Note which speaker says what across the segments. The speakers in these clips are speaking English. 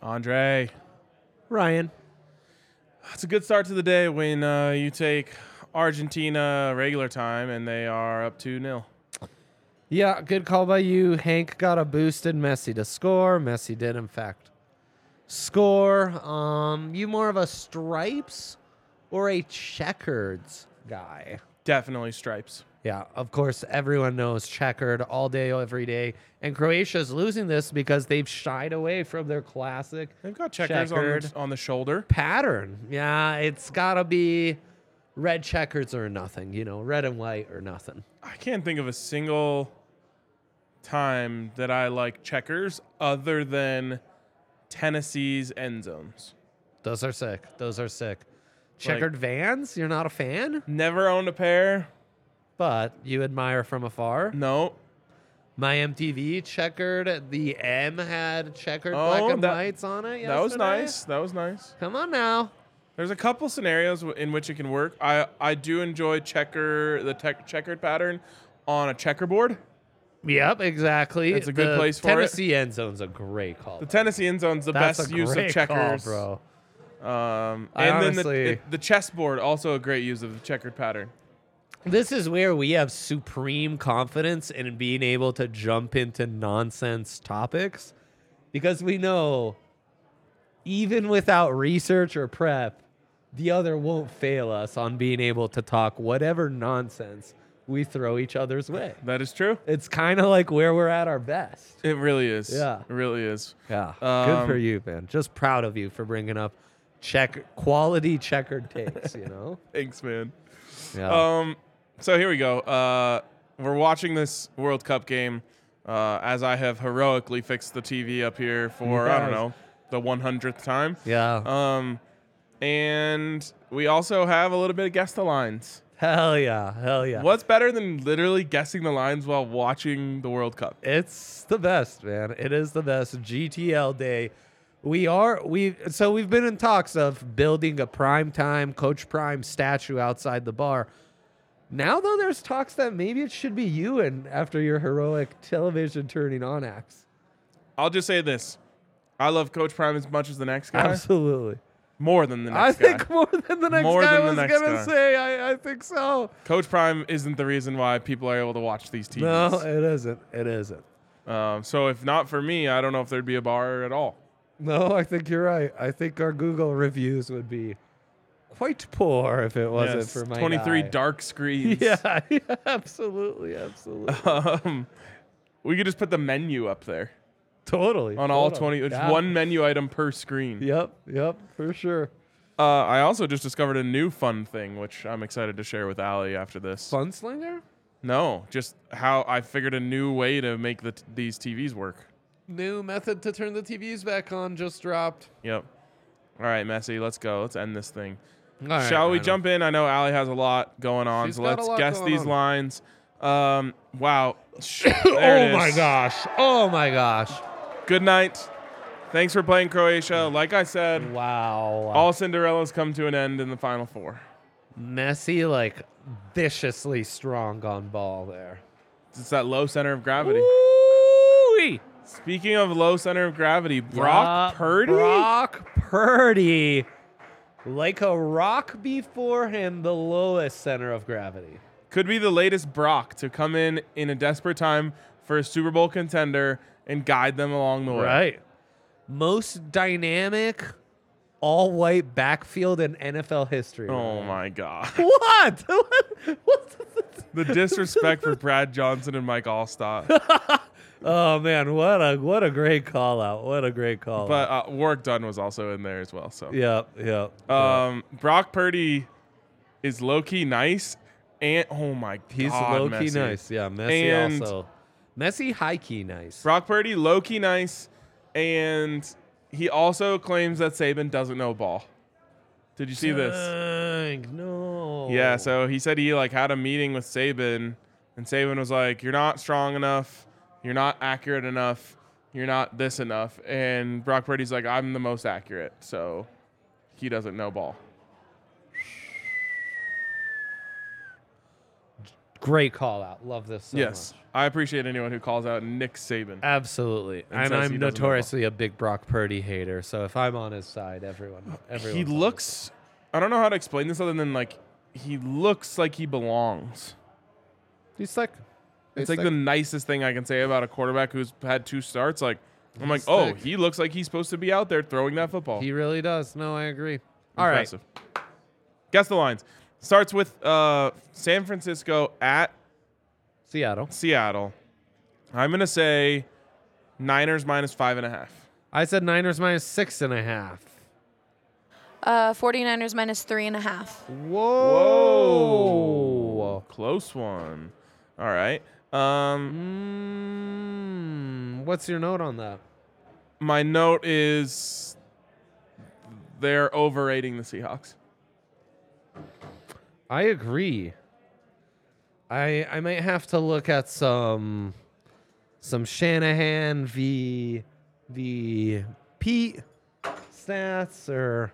Speaker 1: Andre,
Speaker 2: Ryan.
Speaker 1: it's a good start to the day when uh, you take Argentina regular time and they are up 2 nil.
Speaker 2: Yeah, good call by you. Hank got a boost and Messi to score. Messi did, in fact, score. Um, you more of a stripes or a checkers guy?
Speaker 1: Definitely stripes.
Speaker 2: Yeah, of course, everyone knows checkered all day, every day. And Croatia's losing this because they've shied away from their classic
Speaker 1: They've got checkers on the,
Speaker 2: Checkered.
Speaker 1: on the shoulder.
Speaker 2: pattern. Yeah, it's got to be red checkers or nothing, you know, red and white or nothing.
Speaker 1: I can't think of a single time that I like checkers other than Tennessee's end zones.
Speaker 2: Those are sick. Those are sick. Checkered vans, you're not a fan,
Speaker 1: Never owned a pair.
Speaker 2: but you admire from afar.
Speaker 1: No.
Speaker 2: My MTV checkered. The M had checkered
Speaker 1: Oh,
Speaker 2: black and
Speaker 1: that-
Speaker 2: whites on it.
Speaker 1: That was
Speaker 2: yesterday.
Speaker 1: nice. That was nice.
Speaker 2: Come on now.
Speaker 1: There's a couple scenarios w- in which it can work. I, I do enjoy checker the tech checkered pattern on a checkerboard.
Speaker 2: Yep, exactly.
Speaker 1: It's a good
Speaker 2: The
Speaker 1: place for it.
Speaker 2: Tennessee end zone's a great call.
Speaker 1: The Tennessee end zone's the
Speaker 2: That's
Speaker 1: best
Speaker 2: a
Speaker 1: use of
Speaker 2: great call,
Speaker 1: checkers,
Speaker 2: bro.
Speaker 1: Um,
Speaker 2: I
Speaker 1: and then
Speaker 2: honestly-
Speaker 1: the, it, the chessboard also a great use of the checkered pattern.
Speaker 2: This is where we have supreme confidence in being able to jump into nonsense topics because we know even without research or prep, the other won't fail us on being able to talk whatever nonsense we throw each other's way.
Speaker 1: That is true.
Speaker 2: It's kind of like where we're at our best.
Speaker 1: It really is.
Speaker 2: Yeah.
Speaker 1: It really is.
Speaker 2: Yeah.
Speaker 1: Um,
Speaker 2: Good for you, man. Just proud of you for bringing up check quality checkered takes, you know?
Speaker 1: Thanks, man.
Speaker 2: Yeah.
Speaker 1: Um, so here we go. Uh, we're watching this World Cup game. Uh, as I have heroically fixed the TV up here for I don't
Speaker 2: Yes.
Speaker 1: know the 100th time.
Speaker 2: yeah.
Speaker 1: Um, and we also have a little bit of guess the lines.
Speaker 2: hell yeah. Hell yeah.
Speaker 1: What's better than literally guessing the lines while watching the World Cup?
Speaker 2: It's the best, man. It is the best GTL day. We are we so we've been in talks of building a prime time Coach Prime statue outside the bar. Now though, there's talks that maybe it should be you and after your heroic television turning on acts.
Speaker 1: I'll just say this. I love Coach Prime as much as the next guy.
Speaker 2: Absolutely.
Speaker 1: More than the next
Speaker 2: I
Speaker 1: guy.
Speaker 2: think more than the next
Speaker 1: More
Speaker 2: guy
Speaker 1: than the
Speaker 2: was
Speaker 1: next
Speaker 2: gonna
Speaker 1: guy.
Speaker 2: say. I, I think so.
Speaker 1: Coach Prime isn't the reason why people are able to watch these
Speaker 2: No,
Speaker 1: TVs.
Speaker 2: it isn't. It isn't.
Speaker 1: Um, so if not for me, I don't know if there'd be a bar at all.
Speaker 2: No, I think you're right. I think our Google reviews would be quite poor if it wasn't
Speaker 1: Yes,
Speaker 2: for my
Speaker 1: 23
Speaker 2: guy.
Speaker 1: dark screens.
Speaker 2: Yeah, absolutely, absolutely,
Speaker 1: Um, we could just put the menu up there
Speaker 2: totally.
Speaker 1: on all
Speaker 2: totally.
Speaker 1: 20. It's
Speaker 2: Yeah.
Speaker 1: one menu item per screen.
Speaker 2: Yep, yep, for sure.
Speaker 1: Uh, I also just discovered a new fun thing, which I'm excited to share with Ali after this.
Speaker 2: Funslinger?
Speaker 1: No, just how I figured a new way to make the t- these TVs work.
Speaker 2: New method to turn the TVs back on just dropped.
Speaker 1: Yep. All right, Messi, let's go. Let's end this thing. Shall we jump in? I know Allie has a lot going on,
Speaker 2: She's
Speaker 1: so
Speaker 2: got a
Speaker 1: let's
Speaker 2: lot
Speaker 1: guess
Speaker 2: going
Speaker 1: these
Speaker 2: on.
Speaker 1: lines. Um, wow. Sh-
Speaker 2: Oh
Speaker 1: there it
Speaker 2: my
Speaker 1: is.
Speaker 2: gosh! Oh my gosh!
Speaker 1: Good night. Thanks for playing Croatia. Like I said,
Speaker 2: Wow.
Speaker 1: all Cinderellas come to an end in the final four.
Speaker 2: Messi like viciously strong on ball there.
Speaker 1: It's that low center of gravity.
Speaker 2: Ooh-wee.
Speaker 1: Speaking of low center of gravity, Brock
Speaker 2: Yeah,
Speaker 1: Purdy.
Speaker 2: Brock Purdy. Like a rock before him, the lowest center of gravity.
Speaker 1: could be the latest Brock to come in in a desperate time for a Super Bowl contender and guide them along the way.
Speaker 2: Most dynamic all white backfield in NFL history.
Speaker 1: Oh my God.
Speaker 2: What? What?
Speaker 1: The disrespect for Brad Johnson and Mike Allstott.
Speaker 2: oh man, what a what a great call out. What a great call out.
Speaker 1: But uh, work done was also in there as well. So
Speaker 2: Yeah, yeah.
Speaker 1: um, Brock Purdy is low key nice, and oh my god,
Speaker 2: He's low key
Speaker 1: Messi.
Speaker 2: nice. Yeah, Messi
Speaker 1: And-
Speaker 2: also. Messi high key nice.
Speaker 1: Brock Purdy low key nice, and he also claims that Saban doesn't know ball. Did you see this?
Speaker 2: Dang, no.
Speaker 1: Yeah, so he said he like had a meeting with Saban, and Saban was like, "You're not strong enough. You're not accurate enough. You're not this enough." And Brock Purdy's like, "I'm the most accurate," so he doesn't know ball.
Speaker 2: great call out. Love this so
Speaker 1: yes,
Speaker 2: much.
Speaker 1: I appreciate anyone who calls out Nick Saban.
Speaker 2: Absolutely.
Speaker 1: And
Speaker 2: And
Speaker 1: says he
Speaker 2: I'm
Speaker 1: doesn't know.
Speaker 2: notoriously a big Brock Purdy hater, so if I'm on his side, everyone everyone
Speaker 1: he looks. I don't know how to explain this other than like he looks like he belongs.
Speaker 2: he's like
Speaker 1: It's like the nicest thing I can say about a quarterback who's had two starts. Like I'm like,
Speaker 2: He's
Speaker 1: oh,
Speaker 2: thick.
Speaker 1: he looks like he's supposed to be out there throwing that football.
Speaker 2: He really does. No, I agree. All right.
Speaker 1: Oh. Impressive. Guess the lines. Starts with uh, San Francisco at
Speaker 2: Seattle.
Speaker 1: Seattle. I'm gonna say Niners minus five and a half.
Speaker 2: I said Niners minus six and a half.
Speaker 3: Uh, 49ers minus three and a half.
Speaker 2: Whoa.
Speaker 1: Oh, close one. All right. Um,
Speaker 2: Mm, what's your note on that?
Speaker 1: my note is they're overrating the Seahawks.
Speaker 2: I agree. I I might have to look at some some Shanahan v v Pete stats or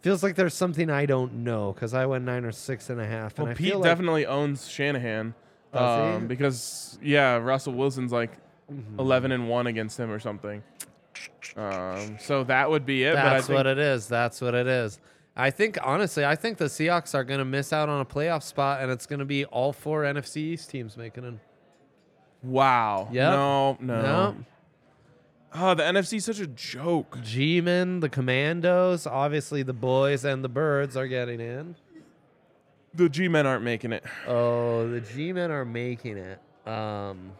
Speaker 2: feels like there's something I don't know because I went nine or six and a half. And
Speaker 1: Well,
Speaker 2: I
Speaker 1: Pete
Speaker 2: feel like- Oh,
Speaker 1: definitely owns Shanahan
Speaker 2: Does he?
Speaker 1: um, because yeah, Russell Wilson's like
Speaker 2: Mm-hmm.
Speaker 1: eleven and one against him or something. Um, so that would be it.
Speaker 2: That's
Speaker 1: but I
Speaker 2: what
Speaker 1: think
Speaker 2: it is. That's what it is. I think honestly, I think the Seahawks are going to miss out on a playoff spot, and it's going to be all four NFC East teams making it.
Speaker 1: wow.
Speaker 2: Yep.
Speaker 1: No, no.
Speaker 2: No,
Speaker 1: Oh, the NFC's such a joke.
Speaker 2: G-men, the Commandos, obviously the boys and the birds are getting in.
Speaker 1: The G men aren't making it.
Speaker 2: Oh, the G-men are making it. Um,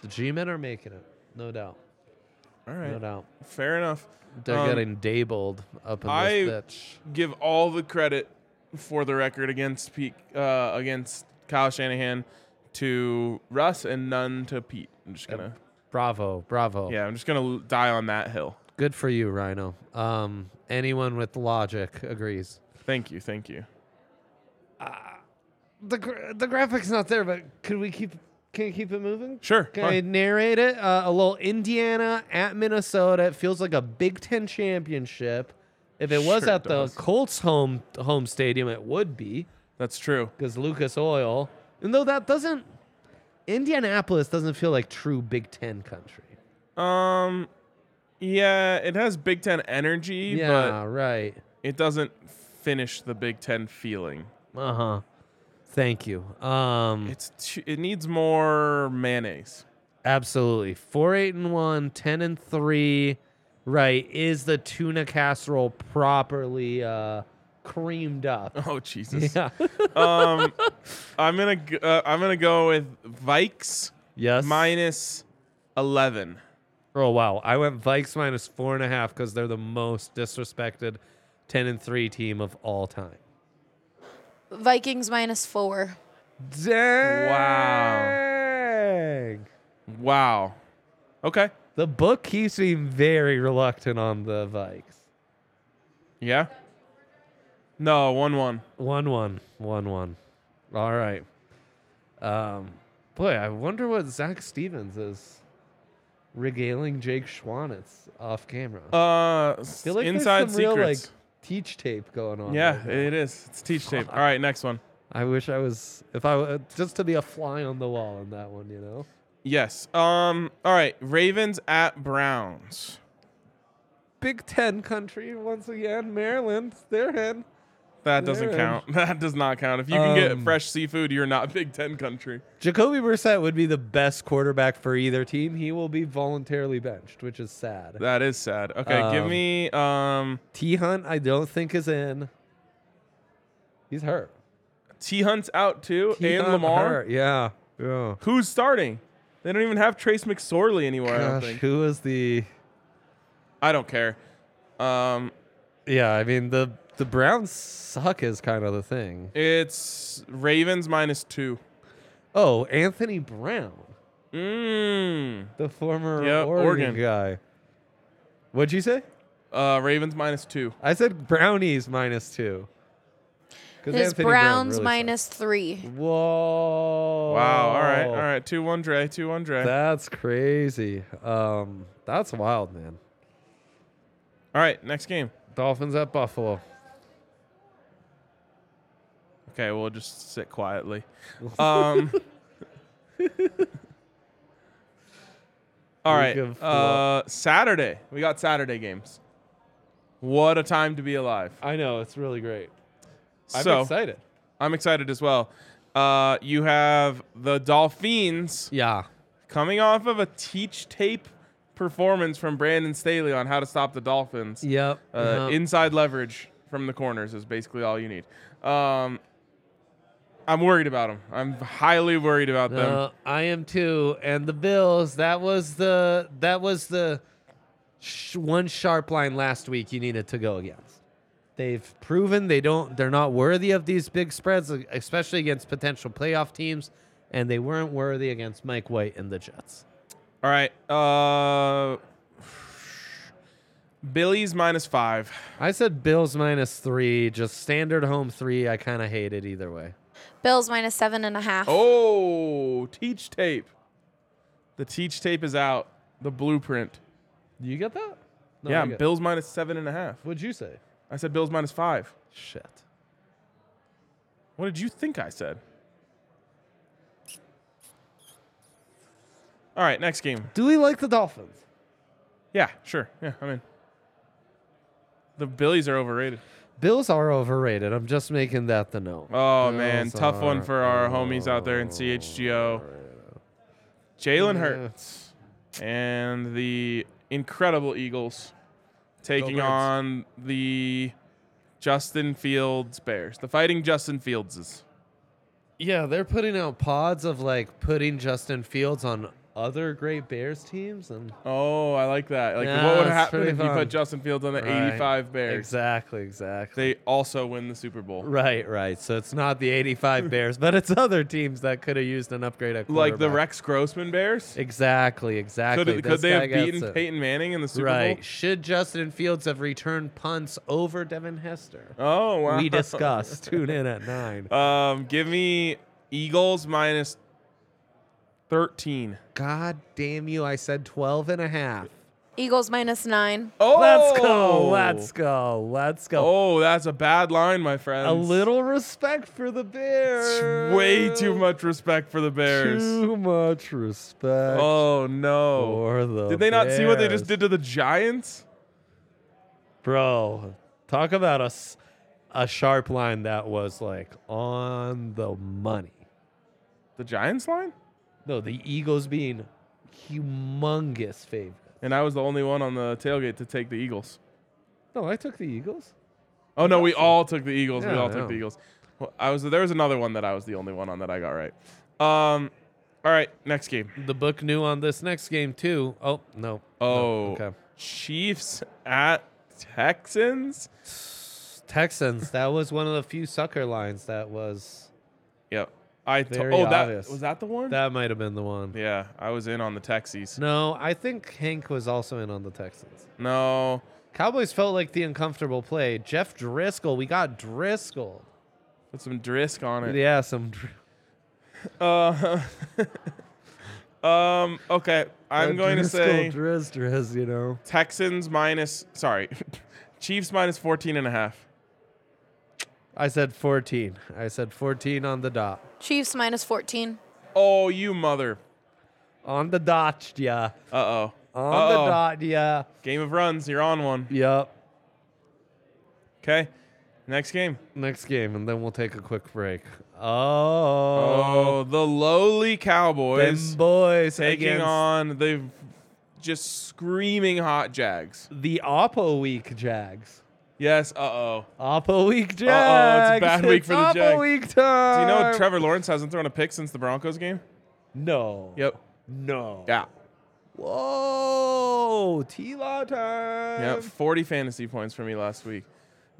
Speaker 2: the G-men are making it, no doubt,
Speaker 1: All
Speaker 2: no
Speaker 1: right.
Speaker 2: doubt.
Speaker 1: Fair enough.
Speaker 2: They're
Speaker 1: Um,
Speaker 2: getting dabled up in
Speaker 1: I-
Speaker 2: this bitch.
Speaker 1: give all the credit for the record against Pete uh, against Kyle Shanahan to Russ and none to Pete. I'm just gonna
Speaker 2: Bravo, bravo.
Speaker 1: yeah, I'm just gonna l- die on that hill.
Speaker 2: Good for you, Rhino. Um, anyone with logic agrees.
Speaker 1: Thank you, thank you.
Speaker 2: the gra- the graphic's not there, but could we keep can you keep it moving?
Speaker 1: Sure,
Speaker 2: Can I
Speaker 1: fine.
Speaker 2: narrate it? Uh, a little Indiana at Minnesota. It feels like a Big Ten championship. If it was
Speaker 1: Sure
Speaker 2: at
Speaker 1: does.
Speaker 2: the Colts' home home stadium, it would be
Speaker 1: That's true.
Speaker 2: because Lucas Oil. And though that doesn't, Indianapolis doesn't feel like true Big Ten country.
Speaker 1: Um, yeah, it has Big Ten energy,
Speaker 2: Yeah, right.
Speaker 1: but it doesn't finish the Big Ten feeling.
Speaker 2: Uh
Speaker 1: Uh-huh.
Speaker 2: huh. Thank you. Um,
Speaker 1: It's too, it needs more mayonnaise.
Speaker 2: Absolutely. 4 8 and 1, 10 and 3. Right. Is the tuna casserole properly uh creamed up.
Speaker 1: Oh Jesus.
Speaker 2: Yeah.
Speaker 1: Um, I'm gonna g- uh, I'm gonna go with Vikes
Speaker 2: yes.
Speaker 1: minus eleven.
Speaker 2: Oh wow, I went Vikes minus four and a half because they're the most disrespected ten and three team of all time.
Speaker 3: Vikings minus four.
Speaker 2: Dang.
Speaker 1: Wow. Okay.
Speaker 2: The book keeps me very reluctant on the Vikes.
Speaker 1: Yeah. No one one.
Speaker 2: One one. One one. All right. Um boy, I wonder what Zach Stevens is regaling Jake Schwanitz off camera.
Speaker 1: Uh, s-
Speaker 2: feel like there's
Speaker 1: inside
Speaker 2: some
Speaker 1: secrets.
Speaker 2: real like teach tape going on.
Speaker 1: yeah,
Speaker 2: right now.
Speaker 1: it is. It's teach tape. All right, next one.
Speaker 2: I wish I was if I w- just to be a fly on the wall on that one, you know.
Speaker 1: Yes. Um. All right. Ravens at Browns.
Speaker 2: Big Ten country once again, Maryland. They're in.
Speaker 1: That doesn't
Speaker 2: Yeah.
Speaker 1: count. That does not count. If you can get
Speaker 2: Um,
Speaker 1: fresh seafood, you're not Big Ten country.
Speaker 2: Jacoby Brissett would be the best quarterback for either team. He will be voluntarily benched, which is sad.
Speaker 1: That is sad. Okay, give
Speaker 2: Um,
Speaker 1: me um
Speaker 2: T Hunt, I don't think is in. He's hurt.
Speaker 1: T Hunt's out too, and
Speaker 2: T-Hunt
Speaker 1: Lamar.
Speaker 2: hurt, Yeah. Yeah.
Speaker 1: Who's starting? They don't even have Trace McSorley anymore. I don't
Speaker 2: Gosh,
Speaker 1: think.
Speaker 2: who is the?
Speaker 1: I don't care. Um,
Speaker 2: Yeah, I mean the the Browns suck is kind of the thing.
Speaker 1: it's Ravens minus two.
Speaker 2: Oh, Anthony Brown,
Speaker 1: Mmm.
Speaker 2: the former
Speaker 1: Yep,
Speaker 2: Oregon,
Speaker 1: Oregon.
Speaker 2: guy. What'd you say?
Speaker 1: Uh, Ravens minus two.
Speaker 2: I said brownies minus two. 'Cause
Speaker 3: This
Speaker 2: Anthony Brown
Speaker 3: Browns
Speaker 2: really
Speaker 3: minus three.
Speaker 2: sucks. Whoa!
Speaker 1: Wow. All
Speaker 2: Oh.
Speaker 1: right. All right. Two one Dre. Two one Dre.
Speaker 2: That's crazy. Um, that's wild, man.
Speaker 1: all right. Next game.
Speaker 2: Dolphins at Buffalo.
Speaker 1: Okay, we'll just sit quietly. Um, all
Speaker 2: We
Speaker 1: right.
Speaker 2: can pull
Speaker 1: Uh, Saturday. We got Saturday games. What a time to be alive.
Speaker 2: I know it's really great. I'm
Speaker 1: so
Speaker 2: excited.
Speaker 1: I'm excited as well. Uh, you have the Dolphins
Speaker 2: Yeah.
Speaker 1: coming off of a teach tape performance from Brandon Staley on how to stop the Dolphins.
Speaker 2: Yep.
Speaker 1: Uh, Inside leverage from the corners is basically all you need. Um, I'm worried about them. I'm highly worried about them.
Speaker 2: No, I am too. And the Bills, that was the that was the sh- one sharp line last week you needed to go against. They've proven they don't they're not worthy of these big spreads, e- especially against potential playoff teams, and they weren't worthy against Mike White and the Jets.
Speaker 1: All right. Uh, Billy's minus five.
Speaker 2: I said Bills minus three, just standard home three. I kind of hate it either way.
Speaker 3: Bills minus seven and a half.
Speaker 1: Oh, teach tape. The teach tape is out. The blueprint.
Speaker 2: You get that? No,
Speaker 1: yeah,
Speaker 2: Oh, I get-
Speaker 1: Bills minus seven and a half.
Speaker 2: What'd you say?
Speaker 1: I said Bills minus five.
Speaker 2: Shit.
Speaker 1: What did you think I said? All right, next game.
Speaker 2: Do we like the Dolphins?
Speaker 1: Yeah, sure. Yeah, I'm in. The Billies are overrated.
Speaker 2: Bills are overrated. I'm just making that the note.
Speaker 1: Oh man,
Speaker 2: Bills
Speaker 1: tough one
Speaker 2: are
Speaker 1: for our homies out there in CHGO. Jalen Hurts and the incredible Eagles taking
Speaker 2: Birds.
Speaker 1: on the Justin Fields Bears, the fighting Justin Fieldses.
Speaker 2: Yeah, they're putting out pods of like putting Justin Fields on other great Bears teams and
Speaker 1: Oh, I like that. Like,
Speaker 2: Yeah,
Speaker 1: what would
Speaker 2: it's
Speaker 1: happen
Speaker 2: pretty
Speaker 1: if you
Speaker 2: fun.
Speaker 1: put Justin Fields on the
Speaker 2: Right.
Speaker 1: 85 Bears?
Speaker 2: Exactly, exactly.
Speaker 1: They also win the Super Bowl.
Speaker 2: right, right. So it's not the 85 Bears, but it's other teams that could have used an upgrade at
Speaker 1: Like the
Speaker 2: quarterback.
Speaker 1: Rex Grossman Bears?
Speaker 2: Exactly, exactly.
Speaker 1: Could, could
Speaker 2: This
Speaker 1: they
Speaker 2: guy
Speaker 1: have
Speaker 2: gets
Speaker 1: beaten
Speaker 2: it.
Speaker 1: Peyton Manning in the Super
Speaker 2: right.
Speaker 1: Bowl?
Speaker 2: Should Justin Fields have returned punts over Devin Hester?
Speaker 1: Oh, wow.
Speaker 2: We discussed. Tune in at 9.
Speaker 1: Um, give me Eagles minus 13.
Speaker 2: God damn you, I said 12 and a half.
Speaker 3: Eagles minus nine.
Speaker 1: Oh,
Speaker 2: Let's go. Let's go. Let's go.
Speaker 1: Oh, that's a bad line, my friend.
Speaker 2: a little respect for the Bears.
Speaker 1: Way too much respect for the Bears.
Speaker 2: Too much respect
Speaker 1: Oh, no.
Speaker 2: for the
Speaker 1: Did they not see what they just
Speaker 2: Bears.
Speaker 1: did to the Giants?
Speaker 2: Bro, talk about a, s- a sharp line that was like on the money.
Speaker 1: The Giants line?
Speaker 2: No, the Eagles being humongous favorite.
Speaker 1: And I was the only one on the tailgate to take the Eagles.
Speaker 2: No, I took the Eagles.
Speaker 1: Oh no, we all took the Eagles. we
Speaker 2: Yeah,
Speaker 1: all
Speaker 2: I
Speaker 1: took the
Speaker 2: know.
Speaker 1: Eagles. Well, I was there was another one that I was the only one on that I got right. Um, all right, next game.
Speaker 2: The book knew on this next game too. Oh no.
Speaker 1: Oh,
Speaker 2: okay.
Speaker 1: Chiefs at Texans.
Speaker 2: Texans. That was one of the few sucker lines that was.
Speaker 1: Yep. I to-
Speaker 2: Very
Speaker 1: oh
Speaker 2: obvious.
Speaker 1: that was that the one.
Speaker 2: That might have been the one.
Speaker 1: yeah, I was in on the Texies.
Speaker 2: No, I think Hank was also in on the Texans.
Speaker 1: No,
Speaker 2: Cowboys felt like the uncomfortable play. Jeff Driscoll. We got Driscoll.
Speaker 1: put some Drisk on it.
Speaker 2: Yeah, some. Dr-
Speaker 1: Uh, um. Okay, I'm going to say
Speaker 2: Driscoll, Dris, Dris, you know.
Speaker 1: Texans minus. Sorry, Chiefs minus 14 and a half.
Speaker 2: I said 14. I said 14 on the dot.
Speaker 3: Chiefs minus 14.
Speaker 1: Oh, you mother.
Speaker 2: On the dot, yeah.
Speaker 1: Uh oh.
Speaker 2: On the dot, yeah.
Speaker 1: Game of runs. You're on one.
Speaker 2: Yep.
Speaker 1: Okay. Next game.
Speaker 2: Next game, and then we'll take a quick break.
Speaker 1: Oh,
Speaker 2: Oh,
Speaker 1: the lowly Cowboys
Speaker 2: them boys
Speaker 1: taking
Speaker 2: against
Speaker 1: on the just screaming hot Jags.
Speaker 2: the Oppo week Jags.
Speaker 1: Yes. Uh oh.
Speaker 2: Oppo week Jags.
Speaker 1: bad week for the
Speaker 2: Oppo
Speaker 1: Jags.
Speaker 2: week
Speaker 1: Do
Speaker 2: time.
Speaker 1: you know Trevor Lawrence hasn't thrown a pick since the Broncos game?
Speaker 2: No.
Speaker 1: Yep.
Speaker 2: No.
Speaker 1: Yeah.
Speaker 2: Whoa. T Law time.
Speaker 1: Yep. 40 fantasy points for me last week.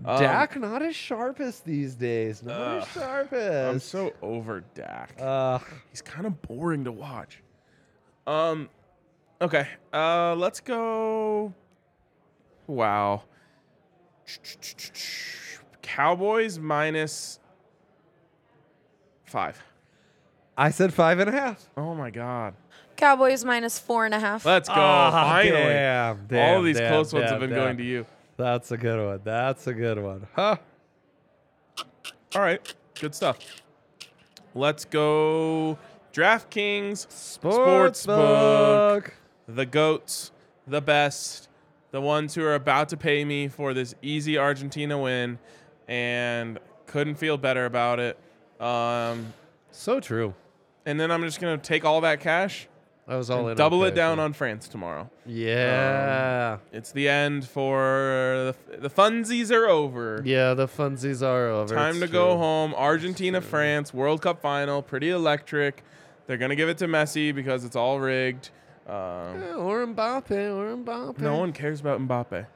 Speaker 1: Um,
Speaker 2: Dak not as sharpest these days. Not
Speaker 1: Ugh.
Speaker 2: as sharpest.
Speaker 1: Um, I'm so over Dak.
Speaker 2: Ugh.
Speaker 1: He's kind of boring to watch. Um, okay. Uh, let's go. Wow. Cowboys minus five.
Speaker 2: I said five and a half.
Speaker 1: Oh my God.
Speaker 3: Cowboys minus four and a half.
Speaker 1: Let's go.
Speaker 2: Ah,
Speaker 1: Finally.
Speaker 2: damn,
Speaker 1: All
Speaker 2: damn,
Speaker 1: these
Speaker 2: damn,
Speaker 1: close ones
Speaker 2: damn,
Speaker 1: have been
Speaker 2: damn.
Speaker 1: going to you.
Speaker 2: That's a good one. That's a good one. Huh.
Speaker 1: All right. Good stuff. Let's go. DraftKings, Sportsbook.
Speaker 2: Sportsbook.
Speaker 1: the GOATs, the best, the ones who are about to pay me for this easy Argentina win, and couldn't feel better about it. Um,
Speaker 2: So true.
Speaker 1: and then I'm just going to take all that cash,
Speaker 2: That was all in.
Speaker 1: double
Speaker 2: okay,
Speaker 1: it down
Speaker 2: so-
Speaker 1: on Um, France tomorrow.
Speaker 2: Yeah.
Speaker 1: It's the end for the, the funsies are over.
Speaker 2: yeah, the funsies are over.
Speaker 1: Time to
Speaker 2: It's
Speaker 1: go
Speaker 2: true.
Speaker 1: home. Argentina, France, World Cup final, pretty electric. They're going to give it to Messi because it's all rigged. Um,
Speaker 2: Yeah, or Mbappe, or Mbappe.
Speaker 1: no one cares about Mbappe.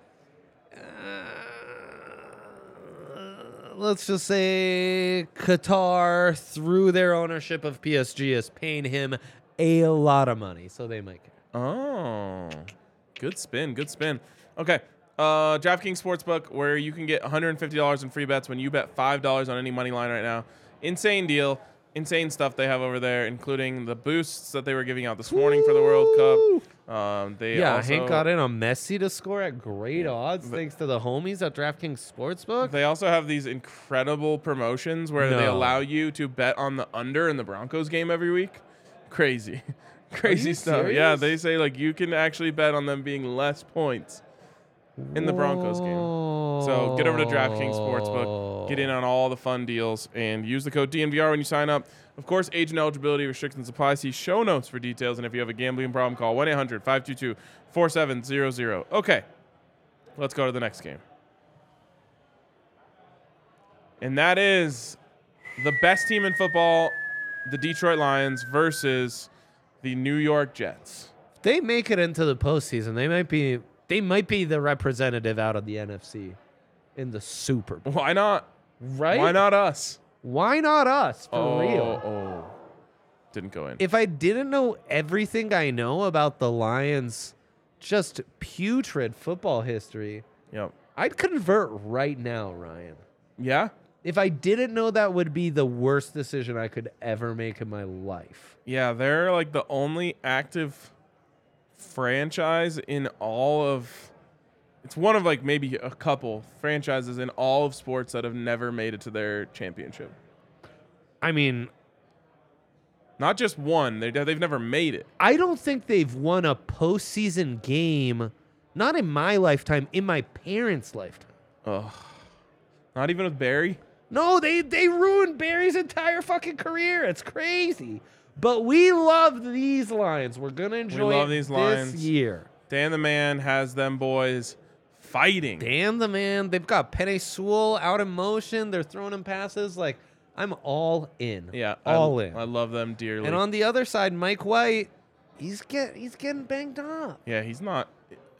Speaker 2: Uh, Let's just say Qatar, through their ownership of PSG, is paying him a lot of money, so they might care.
Speaker 1: Oh, good spin, good spin. Okay, uh, DraftKings Sportsbook, where you can get $150 in free bets when you bet $5 on any money line right now. Insane deal, insane stuff they have over there, including the boosts that they were giving out this morning for the World Cup. Um, they
Speaker 2: Yeah,
Speaker 1: also,
Speaker 2: Hank got in on Messi to score at great odds,
Speaker 1: but-
Speaker 2: thanks to the homies at DraftKings Sportsbook.
Speaker 1: They also have these incredible promotions where they
Speaker 2: No.
Speaker 1: allow you to bet on the under in the Broncos game every week. Crazy.
Speaker 2: you
Speaker 1: Crazy stuff. Yeah,
Speaker 2: serious?
Speaker 1: they say like you can actually bet on them being less points in the Broncos game. So get over
Speaker 2: Oh.
Speaker 1: to DraftKings Sportsbook, get in on all the fun deals, and use the code DNVR when you sign up. Of course, age and eligibility restrictions apply. See show notes for details. And if you have a gambling problem, call 1 800 522 4700. Okay, let's go to the next game. And that is the best team in football, the Detroit Lions, versus the New York Jets.
Speaker 2: They make it into the postseason. They might be. They might be the representative out of the NFC in the Super Bowl.
Speaker 1: Why not?
Speaker 2: Right?
Speaker 1: Why not us?
Speaker 2: Why not us? For
Speaker 1: oh,
Speaker 2: real.
Speaker 1: oh. Didn't go in.
Speaker 2: if I didn't know everything I know about the Lions' just putrid football history,
Speaker 1: yep.
Speaker 2: I'd convert right now, Ryan.
Speaker 1: Yeah.
Speaker 2: If I didn't know that would be the worst decision I could ever make in my life.
Speaker 1: Yeah, they're like the only active franchise in all of it's one of like maybe a couple franchises in all of sports that have never made it to their championship.
Speaker 2: I mean,
Speaker 1: Not just one, they they've never made it.
Speaker 2: I don't think they've won a postseason game, not in my lifetime, in my parents' lifetime.
Speaker 1: Ugh. Not even with Barry.
Speaker 2: No, they they ruined Barry's entire fucking career. It's crazy. But we love these lines. We're gonna enjoy
Speaker 1: love
Speaker 2: it
Speaker 1: these
Speaker 2: this
Speaker 1: lines.
Speaker 2: year.
Speaker 1: Dan the man has them boys fighting.
Speaker 2: damn the man. They've got Penny Sewell out in motion. They're throwing him passes. Like, I'm all in.
Speaker 1: Yeah, I-
Speaker 2: All in.
Speaker 1: I love them dearly.
Speaker 2: and on the other side, Mike White, he's get he's getting banged up.
Speaker 1: yeah, he's not.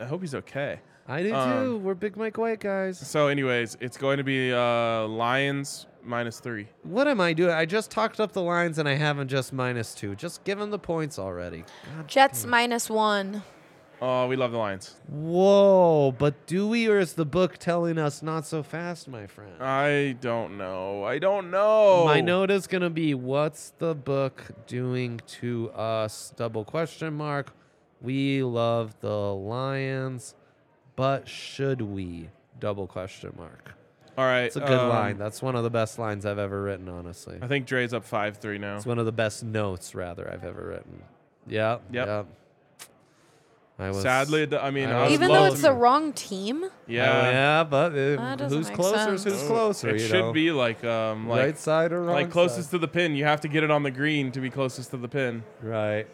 Speaker 1: I hope he's okay.
Speaker 2: I do
Speaker 1: Um,
Speaker 2: too. We're big Mike White guys.
Speaker 1: So, anyways, it's going to be uh, Lions minus three.
Speaker 2: What am I doing? I just talked up the lines and I haven't just minus two. Just give him the points already.
Speaker 3: Jets minus one.
Speaker 1: Oh, we love the Lions.
Speaker 2: Whoa, but do we or is the book telling us not so fast, my friend?
Speaker 1: Uh, I don't know. I don't know.
Speaker 2: My note is gonna be what's the book doing to us? Double question mark. We love the Lions, but should we? Double question mark.
Speaker 1: All right. um,
Speaker 2: It's a good line. That's one of the best lines I've ever written, honestly.
Speaker 1: I think Dre's up five three now.
Speaker 2: It's one of the best notes, rather, I've ever written. Yeah.
Speaker 1: Yep.
Speaker 2: Yeah. I was
Speaker 1: Sadly, it- I mean,
Speaker 2: I
Speaker 1: I
Speaker 2: was Oh,
Speaker 1: would
Speaker 3: Even
Speaker 1: love
Speaker 3: though
Speaker 1: to
Speaker 3: it's the
Speaker 1: be-
Speaker 3: wrong team,
Speaker 2: Yeah,
Speaker 1: yeah,
Speaker 2: but it-
Speaker 3: That doesn't
Speaker 2: who's
Speaker 3: make
Speaker 2: closer? is
Speaker 3: sense.
Speaker 2: Who's closer?
Speaker 1: It
Speaker 2: you
Speaker 1: should
Speaker 2: know?
Speaker 1: be like um like
Speaker 2: right side or wrong
Speaker 1: like closest to the pin. You have to get it on the green to be closest to the pin.
Speaker 2: To- right.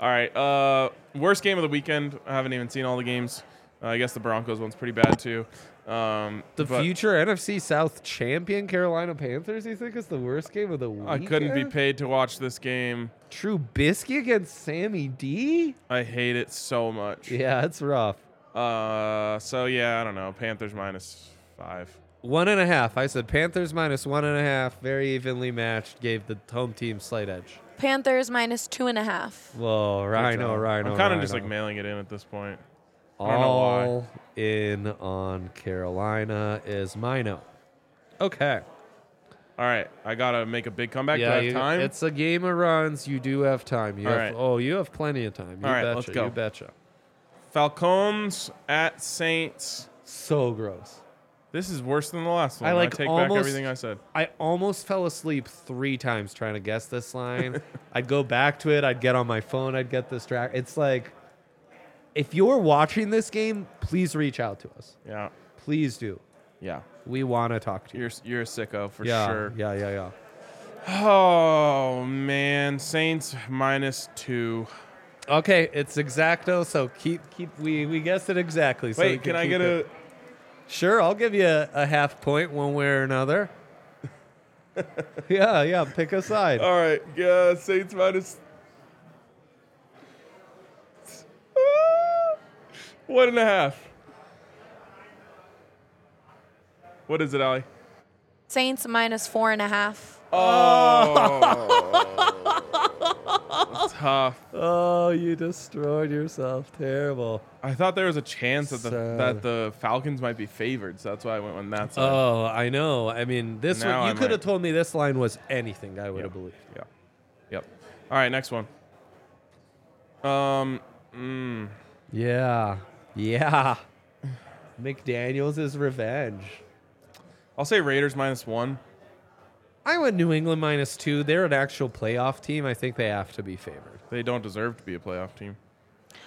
Speaker 1: All right. Uh, worst game of the weekend. I haven't even seen all the games. Uh, I guess the Broncos one's pretty bad too. Um,
Speaker 2: The
Speaker 1: but
Speaker 2: future NFC South champion Carolina Panthers. You think is the worst game of the week?
Speaker 1: I couldn't be paid to watch this game.
Speaker 2: True Bisky against Sammy D.
Speaker 1: I hate it so much.
Speaker 2: Yeah, it's rough.
Speaker 1: Uh, so yeah, I don't know. Panthers minus five.
Speaker 2: One and a half. I said Panthers minus one and a half. Very evenly matched. Gave the home team slight edge.
Speaker 3: Panthers minus two and a half.
Speaker 2: Whoa, Rhino, Rhino.
Speaker 1: I'm kind of
Speaker 2: Rhino.
Speaker 1: just like mailing it in at this point. I don't know why.
Speaker 2: All in on Carolina is Mino. Okay.
Speaker 1: All right, I gotta make a big comeback. Do I have
Speaker 2: you-
Speaker 1: time?
Speaker 2: it's a game of runs. You do have time. You
Speaker 1: All
Speaker 2: have,
Speaker 1: right.
Speaker 2: Oh, you have plenty of time. You
Speaker 1: All right,
Speaker 2: betcha.
Speaker 1: let's go.
Speaker 2: You betcha.
Speaker 1: Falcons at Saints.
Speaker 2: So gross.
Speaker 1: This is worse than the last one.
Speaker 2: I, like,
Speaker 1: take back
Speaker 2: almost-
Speaker 1: everything I said.
Speaker 2: I almost fell asleep three times trying to guess this line. I'd go back to it. I'd get on my phone. I'd get distracted. It's like, if you're watching this game, please reach out to us.
Speaker 1: Yeah,
Speaker 2: Please do.
Speaker 1: yeah.
Speaker 2: We want to talk to you.
Speaker 1: You're you're a sicko for
Speaker 2: yeah,
Speaker 1: sure.
Speaker 2: yeah, yeah, yeah.
Speaker 1: Oh man, Saints minus two.
Speaker 2: Okay, it's exacto. So keep keep we we guessed it exactly. so we
Speaker 1: Wait, can I
Speaker 2: keep
Speaker 1: get
Speaker 2: it.
Speaker 1: a?
Speaker 2: Sure, I'll give you a, a half point one way or another. yeah, yeah. Pick a side.
Speaker 1: All right, yeah, Saints minus. Ah, One and a half. What is it, Ali?
Speaker 3: Saints minus four and a half.
Speaker 1: Tough.
Speaker 2: Oh, you destroyed yourself. Terrible.
Speaker 1: I thought there was a chance that the
Speaker 2: Sad.
Speaker 1: that the Falcons might be favored, so that's why I went on that side.
Speaker 2: Oh, I know. I mean, this
Speaker 1: Now
Speaker 2: one,
Speaker 1: I
Speaker 2: you could have
Speaker 1: might-
Speaker 2: told me this line was anything. I would
Speaker 1: Yep.
Speaker 2: have believed.
Speaker 1: yeah. Yep. All right, next one. Um,
Speaker 2: Yeah. Yeah. McDaniels is revenge.
Speaker 1: I'll say Raiders minus one.
Speaker 2: I went New England minus two. They're an actual playoff team. I think they have to be favored.
Speaker 1: They don't deserve to be a playoff team.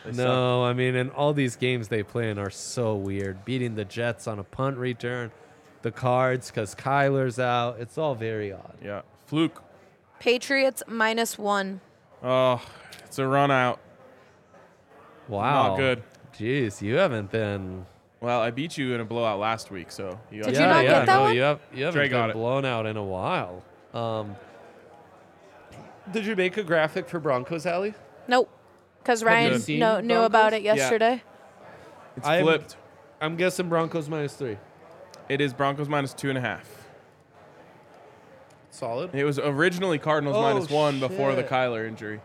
Speaker 1: They suck.
Speaker 2: No, I mean, and all these games they play in are so weird. Beating the Jets on a punt return, the Cards because Kyler's out. It's all very odd.
Speaker 1: Yeah. Fluke.
Speaker 3: Patriots minus one.
Speaker 1: Oh, it's a run out.
Speaker 2: Wow.
Speaker 1: good.
Speaker 2: Jeez, you haven't been.
Speaker 1: Well, I beat you in a blowout last week, so you
Speaker 3: Did
Speaker 1: got
Speaker 3: you not
Speaker 2: yeah,
Speaker 3: get that
Speaker 2: no,
Speaker 3: one?
Speaker 2: You, have, you haven't
Speaker 1: Dre
Speaker 2: been
Speaker 1: got it.
Speaker 2: blown out in a while. Um, did you make a graphic for Broncos, Alley?
Speaker 3: Nope. Because
Speaker 2: you
Speaker 3: Ryan
Speaker 2: seen
Speaker 3: no, knew about it
Speaker 2: Broncos?
Speaker 1: Yeah.
Speaker 3: yesterday.
Speaker 1: it's
Speaker 2: I'm-
Speaker 1: flipped.
Speaker 2: I'm guessing Broncos minus three.
Speaker 1: It is Broncos minus two and a half.
Speaker 2: Solid.
Speaker 1: It was originally Cardinals
Speaker 2: Oh,
Speaker 1: minus one before the
Speaker 2: shit.
Speaker 1: Kyler injury.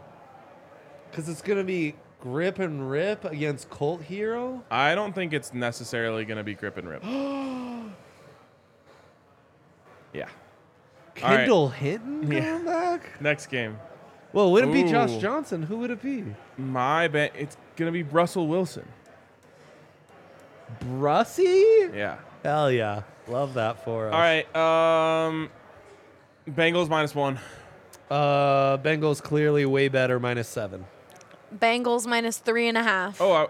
Speaker 2: Because it's going to be grip and rip against Colt Hero.
Speaker 1: I don't think it's necessarily going to be grip and rip. yeah. All right.
Speaker 2: Kendall Hinton
Speaker 1: Yeah.
Speaker 2: coming back?
Speaker 1: Next game.
Speaker 2: Well, would it be Josh
Speaker 1: Ooh.
Speaker 2: Johnson? Who would it be?
Speaker 1: My bet. It's going to be Russell Wilson.
Speaker 2: Brussy?
Speaker 1: Yeah.
Speaker 2: Hell yeah. Love that for us.
Speaker 1: All right. Um, Bengals minus one.
Speaker 2: Uh, Bengals clearly way better, minus seven.
Speaker 3: Bengals minus three and a half.
Speaker 1: Oh, I,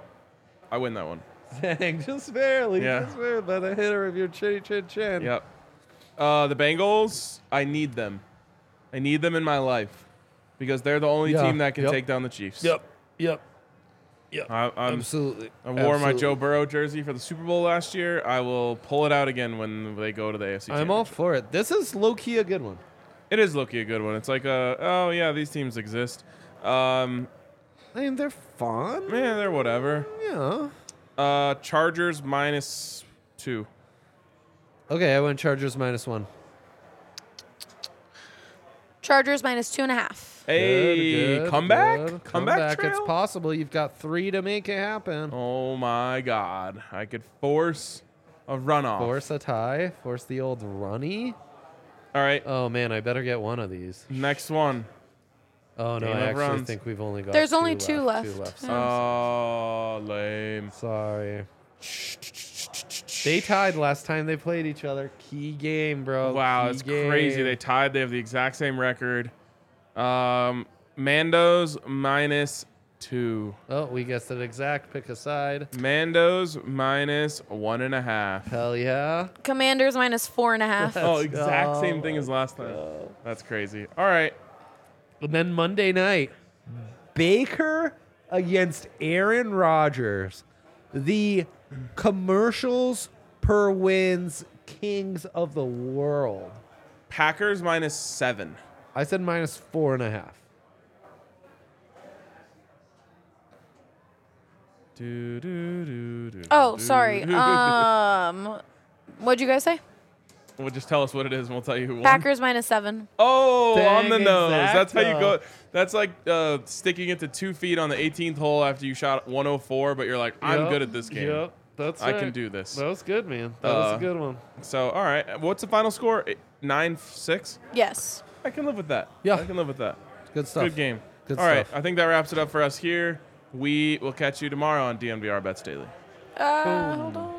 Speaker 1: I win that one.
Speaker 2: Dang, just barely.
Speaker 1: Yeah.
Speaker 2: Just barely by the hitter of your chinny chin chin.
Speaker 1: Yep. Uh, the Bengals, I need them. I need them in my life because they're the only
Speaker 2: Yeah.
Speaker 1: team that can
Speaker 2: Yep.
Speaker 1: take down the Chiefs.
Speaker 2: Yep. Yep. Yeah.
Speaker 1: I, I'm,
Speaker 2: absolutely.
Speaker 1: I wore my
Speaker 2: absolutely.
Speaker 1: Joe Burrow jersey for the Super Bowl last year. I will pull it out again when they go to the AFC.
Speaker 2: I'm all
Speaker 1: Championship.
Speaker 2: for it. This is low key a good one.
Speaker 1: It is looking a good one. It's like a oh yeah, these teams exist. Um,
Speaker 2: I mean, they're fun.
Speaker 1: yeah, they're whatever.
Speaker 2: Yeah.
Speaker 1: Uh, Chargers minus two.
Speaker 2: Okay, I went Chargers minus one.
Speaker 3: Chargers minus two and a half.
Speaker 1: Hey,
Speaker 2: Good, good,
Speaker 1: comeback,
Speaker 2: good.
Speaker 1: comeback,
Speaker 2: It's
Speaker 1: trail?
Speaker 2: possible. You've got three to make it happen.
Speaker 1: Oh my God! I could force a runoff.
Speaker 2: Force a tie. Force the old runny.
Speaker 1: All right,
Speaker 2: Oh man, I better get one of these.
Speaker 1: next one.
Speaker 2: Oh no,
Speaker 1: Game
Speaker 2: I
Speaker 1: of
Speaker 2: actually
Speaker 1: runs.
Speaker 2: think we've only got.
Speaker 3: There's
Speaker 2: two
Speaker 3: only
Speaker 2: left,
Speaker 3: two
Speaker 2: Two
Speaker 3: left.
Speaker 2: left.
Speaker 3: Yeah.
Speaker 1: Oh, lame.
Speaker 2: Sorry. They tied last time they played each other. Key game, bro.
Speaker 1: Wow,
Speaker 2: Key
Speaker 1: it's crazy.
Speaker 2: game.
Speaker 1: They tied. They have the exact same record. Um, Mando's minus two.
Speaker 2: oh, we guessed it exact. Pick a side.
Speaker 1: Mando's minus one and a half.
Speaker 2: Hell yeah.
Speaker 3: Commanders minus four and a half.
Speaker 1: Oh,
Speaker 2: Let's
Speaker 1: exact
Speaker 2: go.
Speaker 1: same thing as last time. That's crazy. All right.
Speaker 2: And then Monday night, Baker against Aaron Rodgers, the commercials per wins kings of the world.
Speaker 1: Packers minus seven.
Speaker 2: I said minus four and a half.
Speaker 1: Do, do, do, do,
Speaker 3: Oh,
Speaker 1: do,
Speaker 3: sorry.
Speaker 1: do.
Speaker 3: Um, what'd you guys say?
Speaker 1: well, just tell us what it is, and we'll tell you who won.
Speaker 3: Packers minus seven.
Speaker 1: Oh, on
Speaker 2: Dang,
Speaker 1: the nose. That's how you
Speaker 2: exacto.
Speaker 1: go. That's like uh, sticking it to two feet on the 18th hole after you shot 104, but you're like, I'm good at this game.
Speaker 2: that's
Speaker 1: I can do this.
Speaker 2: was good, man. That
Speaker 1: was a Uh, good
Speaker 2: one.
Speaker 1: So, all right. What's the final score? Eight- Nine, f- six?
Speaker 3: Yes.
Speaker 1: I can live with that.
Speaker 2: Yeah.
Speaker 1: I can live with that.
Speaker 2: Good stuff.
Speaker 1: Good game.
Speaker 2: Good
Speaker 1: All right.
Speaker 2: stuff.
Speaker 1: I think that wraps it up for us here. We will catch you tomorrow on DMVR Bets Daily.
Speaker 3: Uh, hold on.